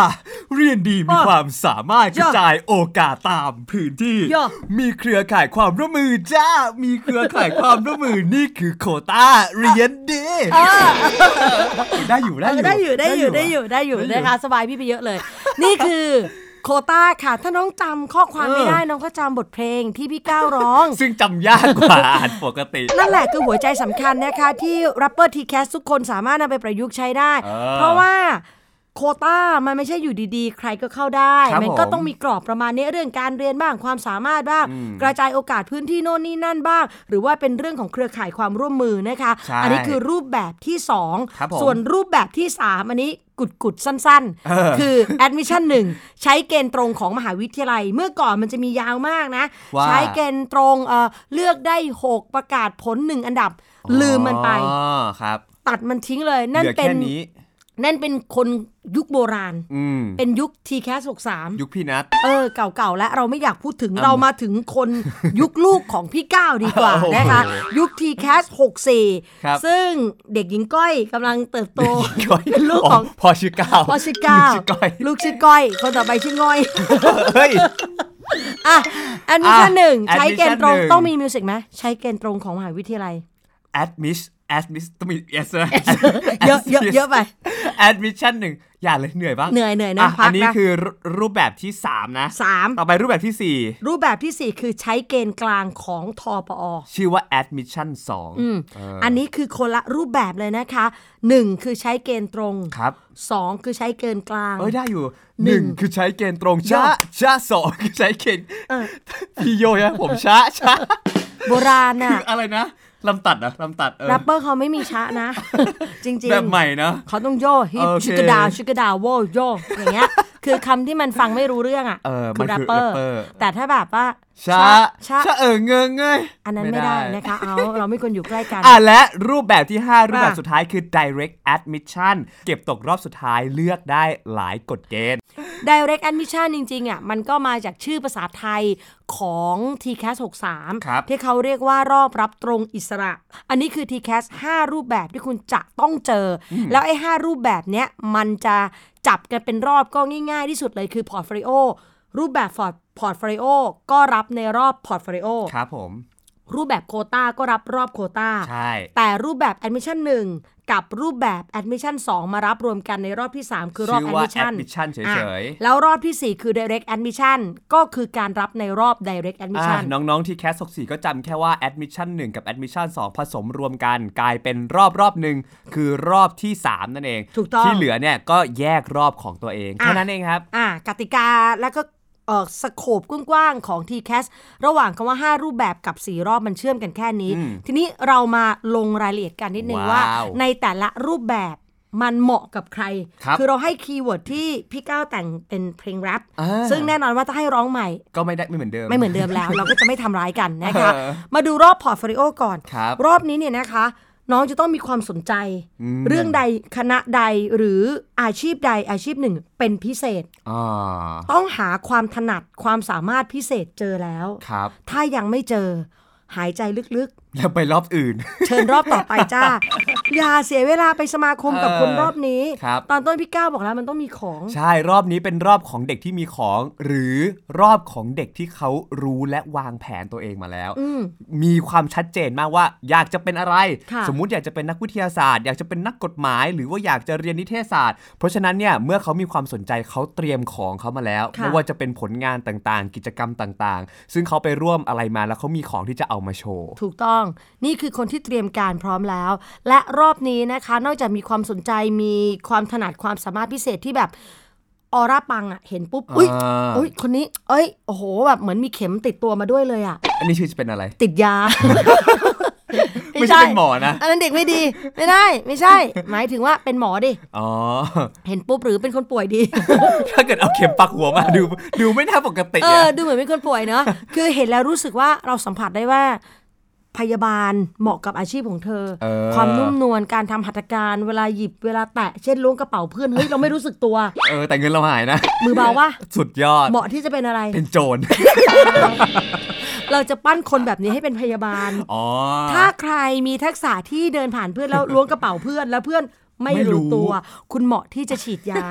Speaker 3: เรียนดีมี
Speaker 2: อ่ะ
Speaker 3: ความสามารถก
Speaker 2: จ้ะ
Speaker 3: ระจายโอกาสตามพื้นที่
Speaker 2: จ้ะ
Speaker 3: มีเครือข่ายความร่วมมือจ้า มีเครือข่ายความร่วมมือนี่คือโคต้า เรียนดีได้อยู่ได้อยู่
Speaker 2: ได้อยู่ได้อยู่ได้อยู่ได้อยู่
Speaker 3: ได้อยู่
Speaker 2: นะคะสบายพี่ไปเยอะเลย นี่คือโคต้าค่ะ ถ้าน้องจำข้อความ
Speaker 3: เออ
Speaker 2: ไม่ได้น้องก็จำบทเพลงที่พี่ก้าวร้อง
Speaker 3: ซึ่งจำยากกว่าอ่านปกติ
Speaker 2: นั่นแหละคือหัวใจสำคัญนะคะ ที่รัปเปอร์ทีแคสทุกคนสามารถนำไปประยุกต์ใช้ได้
Speaker 3: เออ
Speaker 2: เพราะว่าโควต้ามันไม่ใช่อยู่ดีๆ ใครก็เข้าได้
Speaker 3: ครับ
Speaker 2: มัก็
Speaker 3: ผม
Speaker 2: ต้องมีกรอบประมาณนี้เรื่องการเรียนบ้างความสามารถบ้าง กระจายโอกาสพื้นที่โน่นนี่นั่นบ้าง หรือว่าเป็นเรื่องของเครือข่ายความร่วมมือนะคะ
Speaker 3: ใช่
Speaker 2: อันี้คือรูปแบบที่สอง
Speaker 3: ครับผม
Speaker 2: ส่วนรูปแบบที่สามอันนี้กุดกุดๆสั้น
Speaker 3: เออ
Speaker 2: ๆ คือ admission หนึ่งใช้เกณฑ์ตรงของมหาวิทยาลัย เมื่อก่อนมันจะมียาวมากนะ
Speaker 3: ว่า
Speaker 2: ใช้เกณฑ์ตรงเอ่อเลือกได้ 6 ประกาศผลหนึ่งอันดับ ลืมมันไป
Speaker 3: อ๋อครับ
Speaker 2: ตัดมันทิ้งเลย นั่น
Speaker 3: เหลือ
Speaker 2: เป็
Speaker 3: แค่
Speaker 2: น
Speaker 3: นี้
Speaker 2: นั่นเป็นคนยุคโบราณ
Speaker 3: อืม
Speaker 2: เป็นยุค TCAS 63
Speaker 3: ยุคพี่นัท
Speaker 2: เออ เก่าๆ และเราไม่อยากพูดถึงเรามาถึงคน ยุคลูกของพี่ก้าวดีกว่า
Speaker 3: โอ้โห
Speaker 2: นะคะ ยุค TCAS
Speaker 3: ครับ
Speaker 2: 64 ซึ่งเด็กหญิงก้อยกำลังเติบโตเป็นลูกของ
Speaker 3: พอชื่อก้าว
Speaker 2: พ่อชื่อก้าว
Speaker 3: ลูชื่อก้อย
Speaker 2: ลูกชื่อก้อย คนต่อไปชื่อง่อย
Speaker 3: เฮ้ย
Speaker 2: อ่ะอันนี้ขั้นหนึ่ง
Speaker 3: อ่ะ
Speaker 2: ใช้เกณฑ์ตรง
Speaker 3: admission หนึ่ง
Speaker 2: ต้องมีมิวสิกไหมใช้เกณฑ์ตรงของมหาวิทยาลัย
Speaker 3: admiss admiss ต้องมี s นะ
Speaker 2: เยอะเยอะเยอะไป
Speaker 3: admission หนึ่งอย่าเลยเหนื่อยบ้าง
Speaker 2: เหนื่อยเหนื่อยนะพัก
Speaker 3: อันนี้
Speaker 2: นะ
Speaker 3: คือรูปแบบที่ 3 นะ
Speaker 2: สาม
Speaker 3: ต่อไปรูปแบบทีสี่
Speaker 2: รูปแบบที่ 4 คือใช้เกณฑ์กลางของทอปอ
Speaker 3: 4 ชื่อว่า admission 2
Speaker 2: อืมอันนี้คือคนละรูปแบบเลยนะคะ 1 คือใช้เกณฑ์ตรง
Speaker 3: ครับ
Speaker 2: 2 คือใช้เกณฑ์กลาง
Speaker 3: เอ้ยได้อยู่
Speaker 2: ห
Speaker 3: ห
Speaker 2: นึ่
Speaker 3: นึ่
Speaker 2: ง
Speaker 3: งคือใช้เกณฑ์ตรงช้า
Speaker 2: เยอะ
Speaker 3: ช้าสองคือใช้เกณฑ์พี่โยนะผมช้าช้า
Speaker 2: โบราณ
Speaker 3: คื
Speaker 2: น่ะ
Speaker 3: อ อะไรนะลำตัดนะลำตัดเออ
Speaker 2: แรปเปอร์เขาไม่มีช้า นะ จริง
Speaker 3: แบบใหม่นะ
Speaker 2: ๆเขาต้องโยฮิป
Speaker 3: โอเค
Speaker 2: ชิกดาวชิกดาวโวโยอย่างเงี้ย คือคำที่มันฟังไม่รู้เรื่องอ่ะ
Speaker 3: เออ
Speaker 2: คือ
Speaker 3: มั
Speaker 2: แรป
Speaker 3: นคือ
Speaker 2: เปอร์
Speaker 3: แรปเปอร์
Speaker 2: แต่ถ้าแบบว่า
Speaker 3: ช้า
Speaker 2: ช้า
Speaker 3: ช้าเออเงงเงย
Speaker 2: อันนั้นไม่ได้นะคะ เอาเราไม่ควรอยู่ใกล้กัน
Speaker 3: อ่ะและรูปแบบที่ 5 รูปแบบ
Speaker 2: อ่ะ
Speaker 3: สุดท้ายคือ direct admission เก็บตกรอบสุดท้ายเลือกได้หลายกฎเกณฑ์
Speaker 2: Direct Admission จริงๆอ่ะมันก็มาจากชื่อภาษาไทยของ TCAS 63
Speaker 3: ครับ
Speaker 2: ที่เขาเรียกว่ารอบรับตรงอิสระ อันนี้คือ TCAS 5 รูปแบบที่คุณจะต้องเจออแล้วไอ้5รูปแบบเนี้ยมันจะจับกันเป็นรอบก็ง่ายๆที่สุดเลยคือพอร์ต o l ลิโอรูปแบบพอร์ตพอร์ต o l ลิโอก็รับในรอบพอร์ต o l ลิโอ
Speaker 3: ครับผม
Speaker 2: รูปแบบโคต้าก็รับรอบโคต้า
Speaker 3: ใช่
Speaker 2: แต่รูปแบบ Admission 1 กับรูปแบบ Admission 2 มารับรวมกันในรอบที่ 3 คือรอบ
Speaker 3: ชื่อว่า
Speaker 2: Admission
Speaker 3: admission เฉ
Speaker 2: อ่ะ
Speaker 3: ย
Speaker 2: แล้วรอบที่ 4 คือ direct admission ก็คือการรับในรอบ direct
Speaker 3: ๆอ่ะ
Speaker 2: admission
Speaker 3: น้อง ๆ ที่แคส64ก็จำแค่ว่า admission 1 กับ admission 2 ผสมรวมกัน กลายเป็นรอบรอบหนึ่งคือรอบที่ 3 นั่นเอง
Speaker 2: ถูกต้อง
Speaker 3: ที่เหลือเนี่ยก็แยกรอบของตัวเอง แค่
Speaker 2: อ่ะ
Speaker 3: นั้นเองครับ
Speaker 2: อ่ากติกาแล้วก็ เอ่อสโคปกว้างๆของ t c a s ระหว่างคำว่า 5 รูปแบบกับ 4 รอบมันเชื่อมกันแค่นี้ ทีนี้เรามาลงรายละเอียดกันนิดนึง
Speaker 3: ว้าว
Speaker 2: ว่า ในแต่ละรูปแบบมันเหมาะกับใคร
Speaker 3: ครับ
Speaker 2: อเราให้คีย์เวิร์ดที่พี่ก้าวแต่งเป็นเพลงแรป
Speaker 3: อ่า
Speaker 2: ซึ่งแน่นอนว่าถ้าให้ร้องใหม่
Speaker 3: ก็ไม่ได้ไม่เหมือนเดิม
Speaker 2: ไม่เหมือนเดิม แล้ว เราก็จะไม่ทำร้ายกันนะคะ
Speaker 3: เออ
Speaker 2: มาดูรอบพอร์ตโฟลิโอก่อน
Speaker 3: ครับ
Speaker 2: อบนี้เนี่ยนะคะ น้องจะต้องมีความสนใจ
Speaker 3: อืม
Speaker 2: เรื่องใดคณะใดหรืออาชีพใดอาชีพหนึ่งเป็นพิเศษ
Speaker 3: อ่า
Speaker 2: ต้องหาความถนัดความสามารถพิเศษเจอแล้ว
Speaker 3: ครับ
Speaker 2: ถ้ายังไม่เจอ หายใจลึก
Speaker 3: แล้วไปรอบอื่น
Speaker 2: ๆ เชิญรอบต่อไปจ้า อย่าเสียเวลาไปสมาคมกับคนรอบนี้
Speaker 3: ครับ
Speaker 2: ตอนต้นพี่ก้าวบอกแล้วมันต้องมีของ
Speaker 3: ใช่รอบนี้เป็นรอบของเด็กที่มีของ หรือรอบของเด็กที่เขารู้และวางแผนตัวเองมาแล้ว มีความชัดเจนมากว่าอยากจะเป็นอะไร
Speaker 2: ค่ะ
Speaker 3: สมมุติอยากจะเป็นนักวิทยาศาสตร์ อยากจะเป็นนักกฎหมาย หรือว่าอยากจะเรียนนิเทศศาสตร์ เพราะฉะนั้นเนี่ยเมื่อเขามีความสนใจเขาเตรียมของเขามาแล้วไม่ว่าจะเป็นผลงานต่างๆ กิจกรรมต่างๆ ซึ่งเขาไปร่วมอะไรมาแล้วเขามีของที่จะเอามาโชว์
Speaker 2: ถูกต้องนี่คือคนที่เตรียมการพร้อมแล้ว และรอบนี้นะคะ นอกจากมีความสนใจมีความถนัดความสามารถพิเศษที่แบบออร่าปังอะเห็นปุ๊บอุ้ย
Speaker 3: อ่า
Speaker 2: อุ้ยคนนี้ เอ้ยโอ้โหแบบเหมือนมีเข็มติดตัวมาด้วยเลยอะ
Speaker 3: อันนี้ชื่อจะเป็นอะไร
Speaker 2: ติดยา
Speaker 3: ไม่ใช่เป็นหมอนะ
Speaker 2: อันนั้นเด็กไม่ดี ไม่ได้ ไม่ใช่ หมายถึงว่าเป็นหมอดิ
Speaker 3: อ๋อ
Speaker 2: เห็นปุ๊บหรือเป็นคนป่วยดี
Speaker 3: ถ้าเกิดเอาเข็มปักหัวมาดูดูไม่น่าปกติ
Speaker 2: เอ
Speaker 3: อะ
Speaker 2: อ ดูเหมือนเป็นคนป่วยเนอะ คือเห็นแล้วรู้สึกว่าเราสัมผัสได้ว่า พยาบาลเหมาะกับอาชีพของเธอ
Speaker 3: เออ
Speaker 2: ความนุ่มนวลการทำหัตถการเวลาหยิบเวลาแตะเช่นล้วงกระเป๋าเพื่อน เฮ้ย เราไม่รู้สึกตัว
Speaker 3: เออแต่เงินเราหายนะ
Speaker 2: มือเบาวะ
Speaker 3: สุดยอด
Speaker 2: เหมาะที่จะเป็นอะไร
Speaker 3: เป็นโจร
Speaker 2: เราจะปั้นคนแบบนี้ให้เป็นพยาบาล
Speaker 3: อ๋อ
Speaker 2: ถ้าใครมีทักษะที่เดินผ่านเพื่อนแล้ว ล้วงกระเป๋าเพื่อนแล้วเพื่อนไม่
Speaker 3: ไม่รู้
Speaker 2: รู้ตัว คุณเหมาะที่จะฉีดยา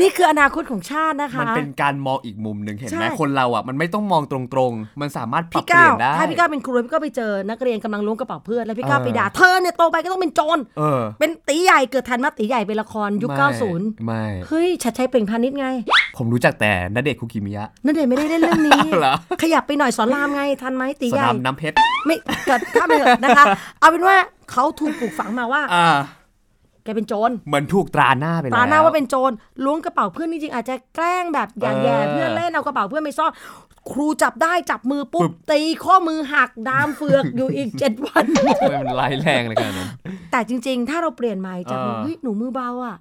Speaker 2: นี่คืออนาคตของชาตินะคะ
Speaker 3: มันเป็นการมองอีกมุมหนึ่งเห็นไหม
Speaker 2: ใช่
Speaker 3: คนเราอ่ะ มันไม่ต้องมองตรงๆ มันสามารถปรับ
Speaker 2: พี่
Speaker 3: เป
Speaker 2: ก้า
Speaker 3: ลี่
Speaker 2: วย
Speaker 3: นได้
Speaker 2: ถ้าพี่ก้าวเป็นครูแล้วพี่ก้าวไปเจอ นักเรียนกำลังล้วงกระเป๋าเพื่อนแล้วพี่ก้าว
Speaker 3: เออ
Speaker 2: ไปด่าเธอเนี่ยโตไปก็ต้องเป็นโจร
Speaker 3: เออ
Speaker 2: เป็นตีใหญ่เกิดทันมาตีใหญ่เป็นละครยุค
Speaker 3: ไม่
Speaker 2: 90
Speaker 3: ไม่
Speaker 2: เฮ้ยชัดชัยเปล่งพาณิชย์ไง
Speaker 3: ผมรู้จักแต่ณเดชน์คุกิมิยะ
Speaker 2: นั่นเด็ไม่ได้เล่นเรื่องนี้
Speaker 3: เหรอ
Speaker 2: ขยับไปหน่อยสอนรามไงทันไหมตี
Speaker 3: ส
Speaker 2: ใหญ่
Speaker 3: นามน้ำเพชร
Speaker 2: ไม่เกิดข้ามไปเถอะนะคะ เอาเป็นว่าเขาถูกปลูกฝังมาว่า
Speaker 3: อ่า
Speaker 2: แกเป็นโจร
Speaker 3: เหมือนถูกตราหน้าไปแล้ว
Speaker 2: ตาหน้าว่าเป็นโจรล้วงกระเป๋าเพื่อนจริงๆอาจจะแกล้งแบบหยาดแย่
Speaker 3: เออ
Speaker 2: เพื่อนเล่นเอากระเป๋าเพื่อนไปซ่อนครูจับได้จับมือปุ๊
Speaker 3: ปึ๊
Speaker 2: บบ ตีข้อมือหักดามเฟือก อยู่อีก เจ็ดวัน
Speaker 3: ทำไมมันร้ายแรงเลยกันนั้น
Speaker 2: แต่จริงๆ ถ้าเราเปลี่ยนใหม่จากหนูเฮ้ยหนูมือเบาอ่ะ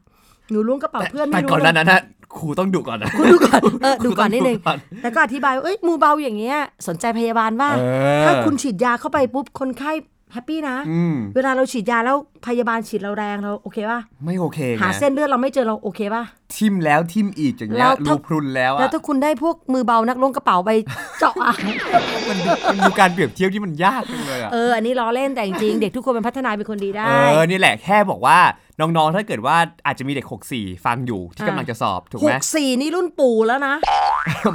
Speaker 2: หนูล้วงกระเป๋าเพื่อน
Speaker 3: แต่
Speaker 2: ไม่รู้
Speaker 3: ก่อนห
Speaker 2: เล
Speaker 3: น้าย นั้นนะครูต้องดุก่อนนะ
Speaker 2: คุณดูก่อนเออดูก่อนนิดนึง
Speaker 3: ดูก่อน
Speaker 2: แล้วก็อธิบายว่าเอ้ยมือเบาอย่างเงี้ยสนใจพยาบาลบ้าง
Speaker 3: เออ
Speaker 2: ถ้าคุณฉีดยาเข้าไปปุ๊บคนไข้แฮปปี้นะ
Speaker 3: อืม
Speaker 2: เวลาเราฉีดยาแล้วพยาบาลฉีดเราแรงเราโอเคป่ะ
Speaker 3: ไม่โอเค
Speaker 2: หา
Speaker 3: นะ
Speaker 2: เส้นเลือดเราไม่เจอเราโอเคป่ะ
Speaker 3: ทิมแล้วทิมอีกอย่างเงี้
Speaker 2: แล้
Speaker 3: ยว รู
Speaker 2: ถ้า
Speaker 3: พรุนแล้ว
Speaker 2: แล้ว
Speaker 3: อะ
Speaker 2: ถ้าคุณได้พวกมือเบานักล้วงกระเป๋า ไปเจาะอ่ะ
Speaker 3: มันดูมันดูการเปรียบเทียบที่มันยากจังเลยอะ
Speaker 2: เออ อันนี้ล้อเล่นแต่จริงๆ เด็กทุกคนมันพัฒนาเป็นคนดีได้
Speaker 3: เออ นี่แหละแค่บอกว่าน้องๆ ถ้าเกิดว่าอาจจะมีเด็ก 64 ฟังอยู่ที่
Speaker 2: อ่า
Speaker 3: กำลังจะสอบถูก
Speaker 2: ห
Speaker 3: ไหม
Speaker 2: กสี่นี่รุ่นปู่แล้วนะ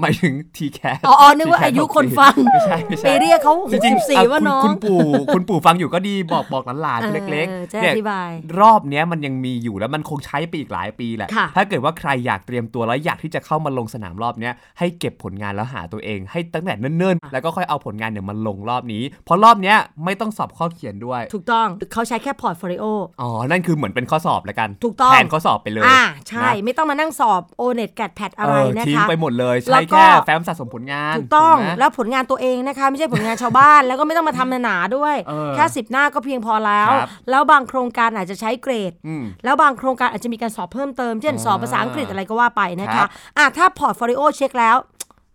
Speaker 3: หมายถึง t c a
Speaker 2: อ๋ออ๋อนึกว่าอายุคนฟัง
Speaker 3: ไม่ใช่ไม่ใช่
Speaker 2: ไปเรียกเขา
Speaker 3: จริงๆ
Speaker 2: 64
Speaker 3: อ่ะ
Speaker 2: ว่าน้อง
Speaker 3: คุณคุณปู่ คุณปู่ฟังอยู่ก็ดีบอกบอกหลาน
Speaker 2: เออ
Speaker 3: ๆเล็ก
Speaker 2: จะ
Speaker 3: เนี่
Speaker 2: อธิบาย
Speaker 3: รอบเนี้ยมันยังมีอยู่แล้วมันคงใช้ไปอีกหลายปีแหละ
Speaker 2: ค่ะ
Speaker 3: ถ้าเกิดว่าใครอยากเตรียมตัวแล้วอยากที่จะเข้ามาลงสนามรอบเนี้ยให้เก็บผลงานแล้วหาตัวเอง ให้ตั้งแต่เนิ่นๆ แล้วก็ค่อยเอาผลงานเนี่ยมาลงรอบนี้ เพราะรอบเนี้ยไม่ต้องสอบข้อเขียนด้วย
Speaker 2: ถูกต้องเขาใช้แค่พอร์ตโฟลิโอ
Speaker 3: อ๋อ นั่นคือเหมือนเป็นข้อสอบแล้วกัน
Speaker 2: ถูกต้อง
Speaker 3: แทนข้อสอบไปเลย
Speaker 2: อ่า ใช่
Speaker 3: นะ
Speaker 2: ไม่ต้องมานั่งสอบโอเน็ตแกดแพดอะไรนะ
Speaker 3: เทิ้ง
Speaker 2: คะ
Speaker 3: ไปหมดเลย
Speaker 2: แล้
Speaker 3: ใช้
Speaker 2: วก็
Speaker 3: แค่แฟ้มสะสมผลงาน
Speaker 2: ถูกต้อง
Speaker 3: ไหม
Speaker 2: แล้วผลงานตัวเองนะคะ ไม่ใช่ผลงานชาวบ้าน แล้วก็ไม่ต้องมาทำหนาๆด้วย
Speaker 3: เออ
Speaker 2: แค่สิบหน้าก็เพียงพอแล้ว
Speaker 3: ครับ
Speaker 2: แล้วบางโครงการอาจจะใช้เกรด
Speaker 3: อืม
Speaker 2: แล้วบางโครงการอาจจะมีการสอบเพิ่มเติม เช่น
Speaker 3: อ่า
Speaker 2: สอบภาษาอังกฤษอะไรก็ว่าไปนะ
Speaker 3: ครั
Speaker 2: คะ
Speaker 3: บ
Speaker 2: อ่ะถ้าพอร์ตโฟลิโอเช็คแล้ว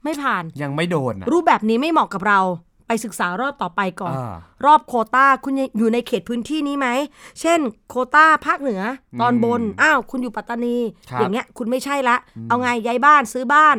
Speaker 2: ไม่ผ่าน
Speaker 3: ยังไม่โดนอะ
Speaker 2: รูปแบบนี้ไม่เหมาะกับเราไปศึกษารอบต่อไปก่อน
Speaker 3: อ่าร
Speaker 2: อบโควต้าคุณยังอยู่ในเขตพื้นที่นี้ไหม เช่น โควต้าภาคเหนือตอนบน อ้าว คุณอยู่ปัตตานี
Speaker 3: ครับ
Speaker 2: อย่างเงี้ยคุณไม่ใช่ละ เอาไงย้ายบ้านซื้อ บ้าน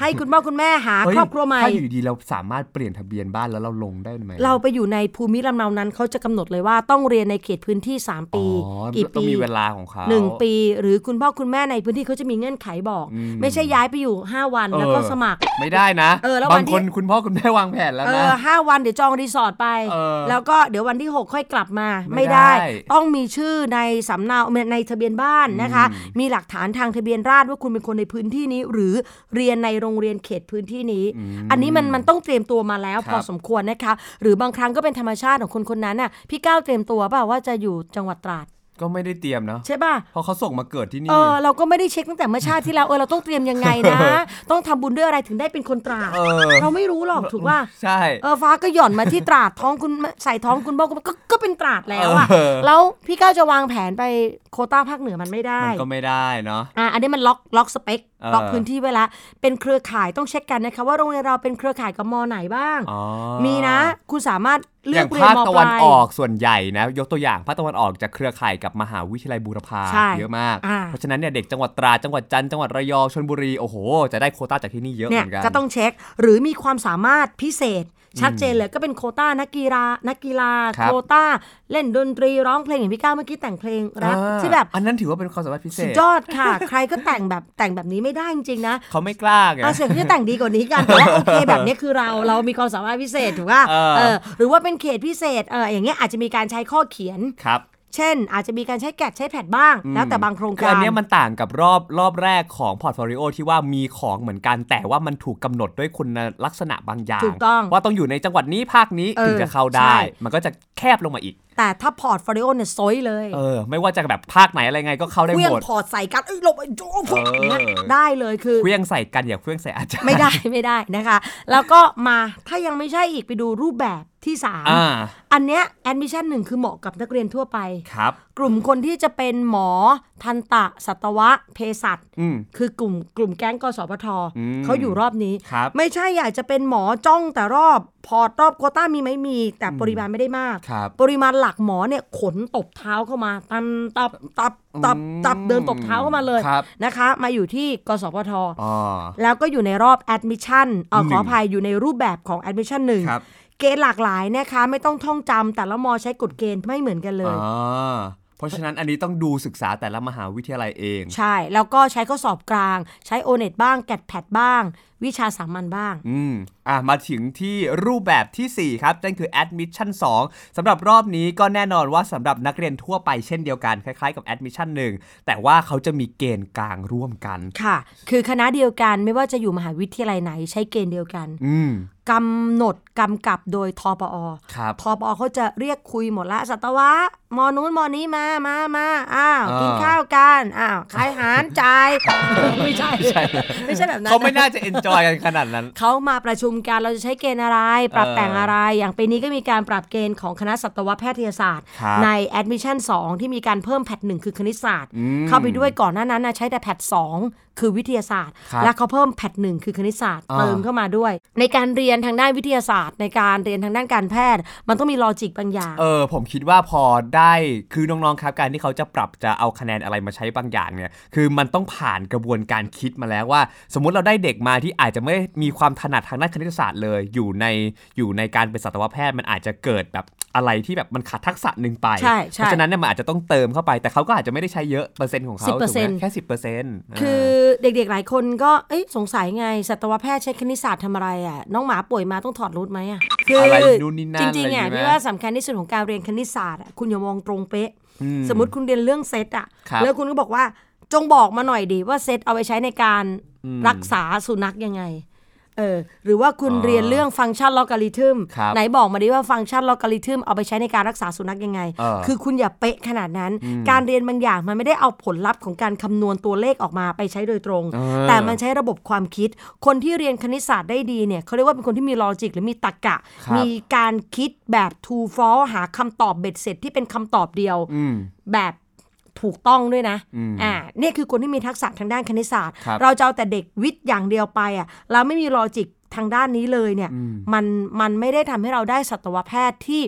Speaker 2: ให้คุณพ่อคุณแม่หา
Speaker 3: เฮ้ย
Speaker 2: ครอบครัวใหม่
Speaker 3: ถ้าอยู่ดีเราสามารถเปลี่ยนทะเบียนบ้านแล้วเราลงได้ไหม
Speaker 2: เราไปอยู่ในภูมิลำเนานั้นเขาจะกำหนดเลยว่าต้องเรียนในเขตพื้นที่ 3
Speaker 3: อ๋
Speaker 2: ปี
Speaker 3: อ
Speaker 2: กี่
Speaker 3: ต้อง
Speaker 2: ปี
Speaker 3: มีเวลาของเขา
Speaker 2: หนึ่งปีหรือคุณพ่อคุณแม่ในพื้นที่เขาจะมีเงื่อนไขบอก
Speaker 3: อืม
Speaker 2: ไม่ใช่ย้ายไปอยู่ 5 วันแล้วก็
Speaker 3: เออ
Speaker 2: สมัคร
Speaker 3: ไม่ได้นะ
Speaker 2: เออแล้ววั
Speaker 3: บาน ง
Speaker 2: ที่
Speaker 3: คนคุณพ่อคุณแม่วางแผนแล้ว
Speaker 2: เออ
Speaker 3: นะ
Speaker 2: ห้าวันเดี๋ยวจองรีสอร์ทไป
Speaker 3: เออ
Speaker 2: แล้วก็เดี๋ยววันที่ 6 ค่อยกลับมา
Speaker 3: ไม่
Speaker 2: ไม่ได้
Speaker 3: ได้
Speaker 2: ต้องมีชื่อในสำเนาในทะเบียนบ้านนะคะ มีหลักฐานทางทะเบียนราษฎรว่าคุณเป็นคนในพื้นที่นี้ หรือเรียนในโรงเรียนเขตพื้นที่นี้ อันนี้มันมันต้องเตรียมตัวมาแล้ว
Speaker 3: ครับ
Speaker 2: พอสมควรนะคะ หรือ บางครั้งก็เป็นธรรมชาติของคนคนนั้นน่ะพี่ก้าวเตรียมตัวเปล่าว่าจะอยู่จังหวัดตราด
Speaker 3: ก็ไม่ได้เตรียมเนาะ
Speaker 2: ใช่ป่ะ
Speaker 3: เพราะเขาส่งมาเกิดที่
Speaker 2: เอ
Speaker 3: นี่
Speaker 2: อเราก็ไม่ได้เช็คตั้งแต่เมื่อชาติที่แล้วเออเราต้องเตรียมยังไงนะ ต้องทำบุญด้วยอะไรถึงได้เป็นคนตราด
Speaker 3: เออ
Speaker 2: เราไม่รู้หรอกถูกว่า
Speaker 3: ใช่
Speaker 2: เออฟ้าก็หย่อนมาที่ตราดท้องคุณใส่ท้องคุณบ้างก็ก็เป็นตราดแล้วอะ
Speaker 3: เออ
Speaker 2: แล้วพี่ก้าวจะวางแผนไปโควต้าภาคเหนือมันไม่ได้
Speaker 3: มันก็ไม่ได้เนาะ
Speaker 2: อ่ะอันนี้มันล็อกล็อกสเปค
Speaker 3: เออ
Speaker 2: ล็อกพื้นที่ไว้ละเป็นเครือข่ายต้องเช็คกันนะคะ ว่าโรงเรียนเราเป็นเครือข่ายกับมอไหนบ้าง
Speaker 3: อ๋อ
Speaker 2: มีนะ คุณสามารถเลือย่
Speaker 3: อาก ง
Speaker 2: เรียน
Speaker 3: ภา
Speaker 2: ม
Speaker 3: คตะ
Speaker 2: ป
Speaker 3: วัน
Speaker 2: ลาย
Speaker 3: ออกส่วนใหญ่นะ ยกตัวอย่างภาคตะวันออกจะเครือข่ายกับมหาวิทยาลัยบูรพา
Speaker 2: ใช่
Speaker 3: เยอะมาก
Speaker 2: อ่า
Speaker 3: เพราะฉะนั้นเนี่ยเด็กจังหวัดตราดจังหวัดจันทร์จังหวัดระยองชลบุรีโอ้โห จะได้โควต้าจากที่นี่เยอะเห
Speaker 2: เนี่ย
Speaker 3: มือนกัน
Speaker 2: ก็ต้องเช็คหรือมีความสามารถพิเศษ ชัดเจนเลยก็เป็นโควต้านักกีฬานักกีฬา
Speaker 3: ครับ
Speaker 2: โควต้าเล่นดนตรีร้องเพลงอย่างพี่ก้าวเมื่อกี้แต่งเพลงแรป
Speaker 3: อ่า
Speaker 2: ที่แบบ
Speaker 3: อันนั้นถือว่าเป็นความสามารถพิเศ
Speaker 2: สุด
Speaker 3: ษ
Speaker 2: ยอดค่ะ ใครก็แต่งแบบแต่งแบบนี้ไม่ได้จริงๆนะ
Speaker 3: เขาไม่กล้าไง
Speaker 2: เอาเสียงเขาจะแต่งดีกว่านี้กันแต่ว่าโอเคแบบนี้คือเราเรามีความสามารถพิเศษถูกป่ะ
Speaker 3: เออ
Speaker 2: เออหรือว่าเป็นเขตพิเศษเอออย่างเงี้ยอาจจะมีการใช้ข้อเขียน
Speaker 3: ครับ
Speaker 2: เช่น อาจจะมีการใช้แกะใช้แผดบ้าง แล้วแต่บางโครง
Speaker 3: คือ
Speaker 2: การ
Speaker 3: อันเนี้ยมันต่างกับรอบรอบแรกของพอร์ตโฟลิโอที่ว่ามีของเหมือนกันแต่ว่ามันถูกกำหนดด้วยคุณลักษณะบางอย่าง
Speaker 2: ถูกต้อง
Speaker 3: ว่าต้องอยู่ในจังหวัดนี้ภาคนี้
Speaker 2: เออ
Speaker 3: ถึงจะเข้า
Speaker 2: ใช่
Speaker 3: ได้ มันก็จะแคบลงมาอีก
Speaker 2: แต่ถ้าพอร์ตโฟลิโอเนี่ยซอยเลย
Speaker 3: เออ ไม่ว่าจะแบบภาคไหนอะไรไงก็เข้าได้
Speaker 2: เค
Speaker 3: ห
Speaker 2: รื่อง
Speaker 3: มด
Speaker 2: พอร์ตใส่กันเอ้ยหลบไอ้โจ้พวกอย่างเงี้ย
Speaker 3: เออ
Speaker 2: ได้เลยคือ
Speaker 3: เครื่องใส่กันอย่าเครื่องใส่อาจารย์
Speaker 2: ไม่ได้ ไม่ได้นะคะ แล้วก็มาถ้ายังไม่ใช่อีกไปดูรูปแบบที่สาม
Speaker 3: อ่า
Speaker 2: อันเนี้ยแอดมิชั่นหนึ่งคือเหมาะกับนักเรียนทั่วไป
Speaker 3: ครับ
Speaker 2: กลุ่มคนที่จะเป็นหมอทันตะสัตวะเภสัช
Speaker 3: อืม
Speaker 2: คือกลุ่มกลุ่มแก๊งกสพท
Speaker 3: อืม
Speaker 2: เขาอยู่รอบนี้
Speaker 3: ครับ
Speaker 2: ไม่ใช่อยากจะเป็นหมอจ้องแต่รอบพอร์ตรอบโควต้ามีไหมมี แต่ปริมาณไม่ได้มาก
Speaker 3: ครับ
Speaker 2: ปริมาณหลักหมอเนี่ยขนตบเท้าเข้ามาตันตับตับตับตับ
Speaker 3: อืม
Speaker 2: เดินตบเท้าเข้ามาเลย
Speaker 3: ครับ
Speaker 2: นะคะ มาอยู่ที่กสพท
Speaker 3: อ๋อ
Speaker 2: แล้วก็อยู่ในรอบ admission เออ
Speaker 3: หนึ่ง
Speaker 2: ขออภัยอยู่ในรูปแบบของ admission หนึ่ง
Speaker 3: ครับ
Speaker 2: เกณฑ์หลากหลายนะคะไม่ต้องท่องจำแต่ละมอใช้กฎเกณฑ์ไม่เหมือนกันเลย
Speaker 3: อ๋อเพราะฉะนั้นอันนี้ต้องดูศึกษาแต่ละมหาวิทยาลัยเอง
Speaker 2: ใช่ แล้วก็ใช้ข้อสอบกลาง ใช้โอเน็ตบ้างแกดแพดบ้าง วิชาสามัญบ้าง
Speaker 3: อืม อ่ะ มาถึงที่รูปแบบทีสี่ 4 ครับ นั่นคือ admission 2สำหรับรอบนี้ก็แน่นอนว่าสำหรับนักเรียนทั่วไปเช่นเดียวกัน คล้ายๆกับ admission 1 แต่ว่าเขาจะมีเกณฑ์กลางร่วมกัน
Speaker 2: ค่ะ คือคณะเดียวกันไม่ว่าจะอยู่มหาวิทยาลัยไหนใช้เกณฑ์เดียวกัน
Speaker 3: อืม
Speaker 2: กำหนดกำกับโดยทปอ
Speaker 3: ครับ
Speaker 2: ทปอเขาจะเรียกคุยหมดละสัตวะมอนู้นมอนี้มามามาอ้าว
Speaker 3: อ่า
Speaker 2: กินข้าวกันอ้าวขายอาหารจ่าย ไม่ใช่ไม่ใช่แบบนั้น
Speaker 3: เขาไม่น่าจะ enjoy กันขนาดนั้น
Speaker 2: เขามาประชุมกันเราจะใช้เกณฑ์อะไร ปรับแต่งอะไร อย่างปีนี้ก็มีการปรับเกณฑ์ของคณะสัตวแพทยศาสตร์
Speaker 3: ครับ
Speaker 2: ใน admission 2 ที่มีการเพิ่มแพทหนึ่งคือคณิตศาสตร์ เข้าไปด้วยก่อนหน้านั้นนะใช้แต่แพทสองคือวิทยาศาสตร์
Speaker 3: ครับ
Speaker 2: และเขาเพิ่มแพทหนึ่งคือคณิตศาสตร์
Speaker 3: อ่า
Speaker 2: เติมเข้ามาด้วย ในการเรียนทางด้านวิทยาศาสตร์ ในการเรียนทางด้านการแพทย์ มันต้องมีลอจิกบางอย่าง
Speaker 3: เออผมคิดว่าพอได้คือน้องๆครับการที่เขาจะปรับจะเอาคะแนนอะไรมาใช้บางอย่างเนี่ย คือมันต้องผ่านกระบวนการคิดมาแล้วว่า สมมุติเราได้เด็กมาที่อาจจะไม่มีความถนัดทางด้านคณิตศาสตร์เลย อยู่ในอยู่ในการเป็นสัตวแพทย์มันอาจจะเกิดแบบอะไรที่แบบมันขาดทักษะหนึ่งไป
Speaker 2: ใช่ใช่
Speaker 3: เพราะฉะนั้นเนี่ยมันอาจจะต้องเติมเข้าไป แต่เขาก็อาจจะไม่ได้ใช้เยอะเปอร์เซ็นต์ของ
Speaker 2: 10%
Speaker 3: เขาถูกไหมแค่สิบเปอร์เซ็นต์
Speaker 2: คือเด็กๆหลายคนก็เอ้ยสงสัยไงสัตวแพทย์ใช้คณิตศาสตร์ทำอะไรอ่ะน้องหมาป่วยมาต้องถอดรูทไหมอ่ะคื
Speaker 3: อะไรนู่นนี่นั่น
Speaker 2: จริงๆอ่ะ
Speaker 3: อะไรอย่างงี้
Speaker 2: พี่
Speaker 3: ไหม
Speaker 2: ว่าสำคัญที่สุดของการเรียนคณิตศาสตร์อะคุณอย่ามองตรงเป๊ะ สมมติคุณเรียนเรื่องเซตอ่ะ
Speaker 3: ครับ
Speaker 2: แล้วคุณก็บอกว่าจงบอกมาหน่อยดีว่าเซตเอาไปใช้ในการรักษาสุนัขยังไงเออหรือว่าคุณเรียนเรื่องฟังก์ชันลอกริทึม
Speaker 3: ครับ
Speaker 2: ไหนบอกมาดิว่าฟังก์ชันลอกริทึมเอาไปใช้ในการรักษาสุนัขยังไง
Speaker 3: เออ
Speaker 2: คือคุณอย่าเป๊ะขนาดนั้น การเรียนบางอย่างมันไม่ได้เอาผลลัพธ์ของการคำนวณตัวเลขออกมาไปใช้โดยตรง แต่มันใช้ระบบความคิด คนที่เรียนคณิตศาสตร์ได้ดีเนี่ยเขาเรียกว่าเป็นคนที่มีลอจิกหรือมีตรรกะ
Speaker 3: ครับ
Speaker 2: มีการคิดแบบ to for หาคำตอบเบ็ดเสร็จที่เป็นคำตอบเดียว
Speaker 3: อืม
Speaker 2: แบบถูกต้องด้วยนะอ่าเนี่ยคือคนที่มีทักษะทางด้านคณิตศาสตร์
Speaker 3: ครับ
Speaker 2: เราจะเอาแต่เด็กวิทย์อย่างเดียวไปอ่ะเราไม่มีลอจิกทางด้านนี้เลยเนี่ยมันมันไม่ได้ทำให้เราได้สัตวแพทย์ที่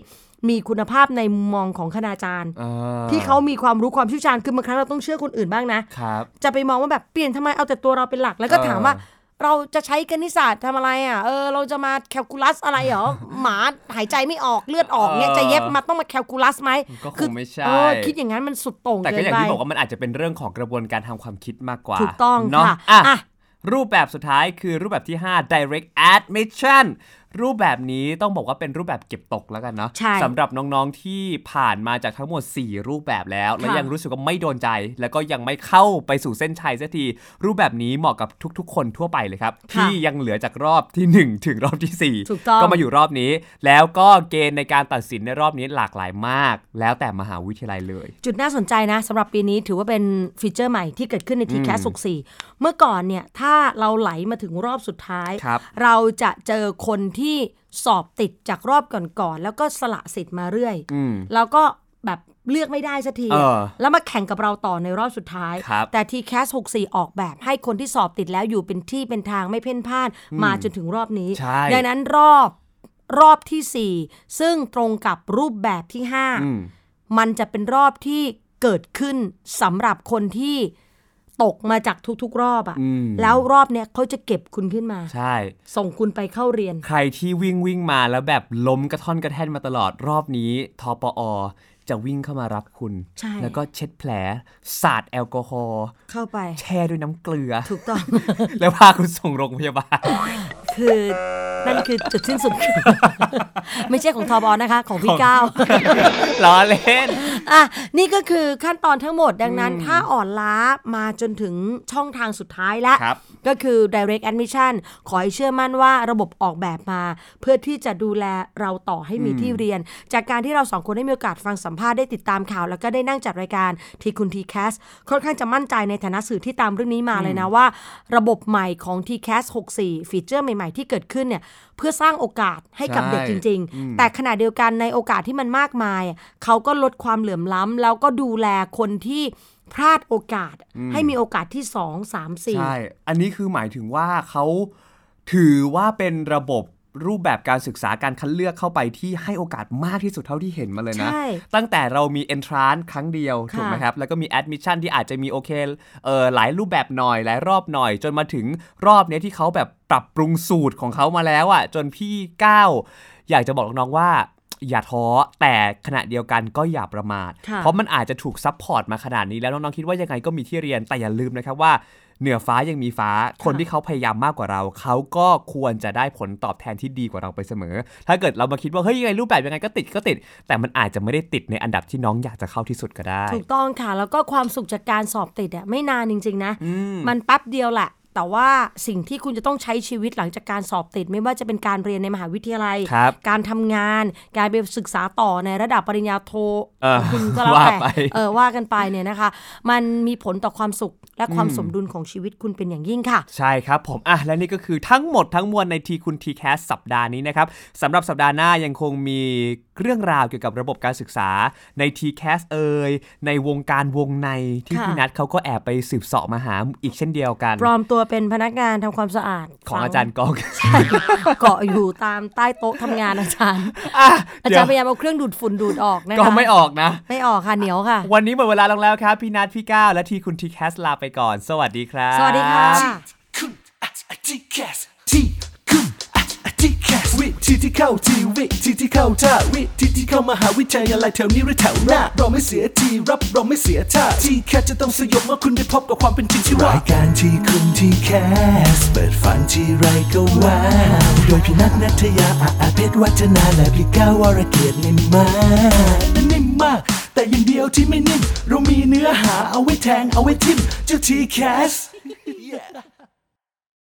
Speaker 2: มีคุณภาพในมุมมองของคณาจารย์
Speaker 3: อ่า
Speaker 2: ที่เขามีความรู้ความเชี่ยวชาญคือบางครั้งเราต้องเชื่อคนอื่นบ้างนะ
Speaker 3: ครับ
Speaker 2: จะไปมองว่าแบบเปลี่ยนทำไมเอาแต่ตัวเราเป็นหลักแล้วก็
Speaker 3: เออ
Speaker 2: ถามว่า เราจะใช้คณิตศาสตร์ทำอะไรอ่ะเออเราจะมาแคลคูลัสอะไรเหรอ หมาหายใจไม่ออกเลือดออกเนี่ยจะเย็บมาต้องมาแคลคูลัสไหม
Speaker 3: ก็คงไม่
Speaker 2: เอ
Speaker 3: ใช่
Speaker 2: อคิดอย่างนั้นมันสุดโต่ง
Speaker 3: แต่
Speaker 2: เกิ
Speaker 3: ก็
Speaker 2: น
Speaker 3: อย่าง
Speaker 2: ไป
Speaker 3: ที่บอกว่ามันอาจจะเป็นเรื่องของกระบวนการทำความคิดมากกว่า
Speaker 2: ถูกต้อง
Speaker 3: เนาะ
Speaker 2: ค่ะ
Speaker 3: อ่ะ
Speaker 2: อ่ะ
Speaker 3: รูปแบบสุดท้ายคือรูปแบบที่ 5 direct admission รูปแบบนี้ต้องบอกว่าเป็นรูปแบบเก็บตกแล้วกันเนาะ
Speaker 2: ใช่
Speaker 3: สำหรับน้องๆที่ผ่านมาจากทั้งหมด 4 รูปแบบแล้ว และ
Speaker 2: ค่ะ
Speaker 3: ยังรู้สึกว่าไม่โดนใจ แล้วก็ยังไม่เข้าไปสู่เส้นชัยสักที รูปแบบนี้เหมาะกับทุกๆ คนทั่วไปเลยครับ
Speaker 2: ค่ะ
Speaker 3: ที่ยังเหลือจากรอบทีหนึ่งถึงรอบที่สี่
Speaker 2: ถูกต้อง
Speaker 3: ก็มาอยู่รอบนี้ แล้วก็เกณฑ์ในการตัดสินในรอบนี้หลากหลายมาก แล้วแต่มหาวิทยาลัยเลย
Speaker 2: จุดน่าสนใจนะสำหรับปีนี้ถือว่าเป็นฟีเจอร์ใหม่ที่เกิดขึ้นใน t c a s 64 เมื่อก่อนเนี่ย ถ้าเราไหลมาถึงรอบสุดท้าย
Speaker 3: ครับ
Speaker 2: เราจะเจอคนที่สอบติดจากรอบก่อนๆแล้วก็สละสิทธิ์มาเรื่อย
Speaker 3: อืม
Speaker 2: แล้วก็แบบเลือกไม่ได้สักที
Speaker 3: เออ
Speaker 2: แล้วมาแข่งกับเราต่อในรอบสุดท้าย
Speaker 3: ครับ
Speaker 2: แต่ t c a s 64 ออกแบบให้คนที่สอบติดแล้วอยู่เป็นที่เป็นทางไม่เพ่นพ่าน มาจนถึงรอบนี้
Speaker 3: ใช่
Speaker 2: ดังนั้นรอบรอบทีสี่ 4 ซึ่งตรงกับรูปแบบที่
Speaker 3: อืม
Speaker 2: 5 มันจะเป็นรอบที่เกิดขึ้นสำหรับคนที่ตกมาจากทุกๆ รอบอะ
Speaker 3: อืม
Speaker 2: แล้วรอบเนี้ยเขาจะเก็บคุณขึ้นมา
Speaker 3: ใช่
Speaker 2: ส่งคุณไปเข้าเรียน
Speaker 3: ใครที่วิ่งวิ่งมาแล้วแบบล้มกระท่อนกระแท่นมาตลอดรอบนี้ทปอ จะวิ่งเข้ามารับคุณ
Speaker 2: ใช่
Speaker 3: แล้วก็เช็ดแผล สาดแอลกอฮอล์
Speaker 2: เข้าไป
Speaker 3: แช่ด้วยน้ำเกลือ
Speaker 2: ถูกต้อง
Speaker 3: แล้วพาคุณส่งโรงพยาบาล
Speaker 2: คือ นั่นคือจุดสิ้นสุด ไม่ใช่ของทอบอนะคะ ของพี่ก้าว
Speaker 3: ล้อเล่น
Speaker 2: อ่ะ นี่ก็คือขั้นตอนทั้งหมดดังนั้น ถ้าอ่อนล้ามาจนถึงช่องทางสุดท้ายแล้ว
Speaker 3: ครับ
Speaker 2: ก็คือ direct admission ขอให้เชื่อมั่นว่าระบบออกแบบมา เพื่อที่จะดูแลเราต่อให้มีที่เรียน จากการที่เราสองคนได้มีโอกาสฟังสัมภาษณ์ได้ติดตามข่าว แล้วก็ได้นั่งจัดรายการทีคุณทีแคสค่อนข้างจะมั่นใจในฐานะสื่อที่ตามเรื่องนี้มาเลยนะว่า ระบบใหม่ของ t c a s 64 ฟีเจอร์ใหม่ ๆ ที่เกิดขึ้นเนี่ยเพื่อสร้างโอกาสให้กับ
Speaker 3: ใช่
Speaker 2: เด็กจริง
Speaker 3: อืม
Speaker 2: ๆ แต่ขณะเดียวกันในโอกาสที่มันมากมาย เขาก็ลดความเหลื่อมล้ำแล้วก็ดูแลคนที่พลาดโอกาส ให้มีโอกาสที่สองสามสี่
Speaker 3: ใช่ อันนี้คือหมายถึงว่าเขาถือว่าเป็นระบบรูปแบบการศึกษาการคัดเลือกเข้าไปที่ให้โอกาสมากที่สุดเท่าที่เห็นมาเลยนะ
Speaker 2: ใช่
Speaker 3: ตั้งแต่เรามี entrance ครั้งเดียว
Speaker 2: ค่ะ
Speaker 3: ถูกไหมครับ แล้วก็มี admission ที่อาจจะมีโอเคเออหลายรูปแบบหน่อย หลายรอบหน่อย จนมาถึงรอบเนี้ยที่เขาแบบปรับปรุงสูตรของเขามาแล้วอะ่ะ จนพี่ก้าวอยากจะบอกน้องๆว่า อย่าท้อแต่ขณะเดียวกันก็อย่าประมาท
Speaker 2: ค่ะ
Speaker 3: เพราะมันอาจจะถูกซัพพอร์ตมาขนาดนี้แล้วน้องๆคิดว่ายังไงก็มีที่เรียนแต่อย่าลืมนะครับว่า เหนือฟ้ายังมีฟ้าคนที่เขาพยายามมากกว่าเรา เขาก็ควรจะได้ผลตอบแทนที่ดีกว่าเราไปเสมอ ถ้าเกิดเรามาคิดว่าเฮ้ยยังไงรูปแบบยังไงก็ติดก็ติด แต่มันอาจจะไม่ได้ติดในอันดับที่น้องอยากจะเข้าที่สุดก็ได้
Speaker 2: ถูกต้องค่ะ แล้วก็ความสุขจากการสอบติดอะไม่นานจริง ๆ นะ มันแป๊บเดียวแหละ แต่ว่าสิ่งที่คุณจะต้องใช้ชีวิตหลังจากการสอบติด ไม่ว่าจะเป็นการเรียนในมหาวิทยาลัย
Speaker 3: ครับ
Speaker 2: การทำงาน การไปศึกษาต่อในระดับปริญญาโท
Speaker 3: เออ
Speaker 2: ของคุณก็แล้ว
Speaker 3: ว่า
Speaker 2: แต่
Speaker 3: ไป
Speaker 2: เออว่ากันไปเนี่ยนะคะ มันมีผลต่อความสุขและความสมดุลของชีวิตคุณเป็นอย่างยิ่งค่ะ
Speaker 3: ใช่ครับผม อ่ะ และนี่ก็คือทั้งหมดทั้งมวลในทีคุณทีแคสสัปดาห์นี้นะครับสำหรับสัปดาห์หน้ายังคงมีเรื่องราวเกี่ยวกับระบบการศึกษาในทีแคสเอ่ยในวงการวงในที่
Speaker 2: ค่ะ
Speaker 3: พี่นัทเขาก็แอบไปสืบเสาะมาหาอีกเช่นเดียวกัน
Speaker 2: ปลอมตัวเป็นพนักงานทำความสะอาด
Speaker 3: ของอาจารย์กอง
Speaker 2: เกาะอยู่ตามใต้โต๊ะทำงานอาจารย์
Speaker 3: อ่ะ
Speaker 2: อา
Speaker 3: เดี๋
Speaker 2: จาว รย์พยายามเอาเครื่องดูดฝุ่นดูดออกนะคะ
Speaker 3: ก็ไม่ออกนะ
Speaker 2: ไม่ออกค่ะเหนียวค่ะ
Speaker 3: วันนี้หมดเวลาลงแล้วครับ พี่นัทพี่ก้าวและทีคุณทีแคสลาไปก่อน สวัสดีครับ
Speaker 2: สวัสดีค่ะ
Speaker 1: คุณอะอะทีแคสที่คุณอะอะทีแคสวิธีที่เข้าทีวิธีที่เข้าท่าวิธีที่เข้ามหาวิทยาลัยแถวนี้หรือแถวหน้าเราไม่เสียทีรับเราไม่เสียท่าทีแคสจะต้องสยบเมื่อคุณได้พบกับความเป็นจริงที่ว่ารายการที่คุณที่แคสเปิดฝันที่ไรก็ว้าวโดยพี่นัทนัทยาอาอาเพชรวัฒนาและพี่ก้าววรเกียรตินิ่มมากนิ่มมาก แต่อย่างเดียวที่ไม่นิ่มเรามีเนื้อหาเอาไว้แทงเอาไว้ทิมเจ้าทีแคส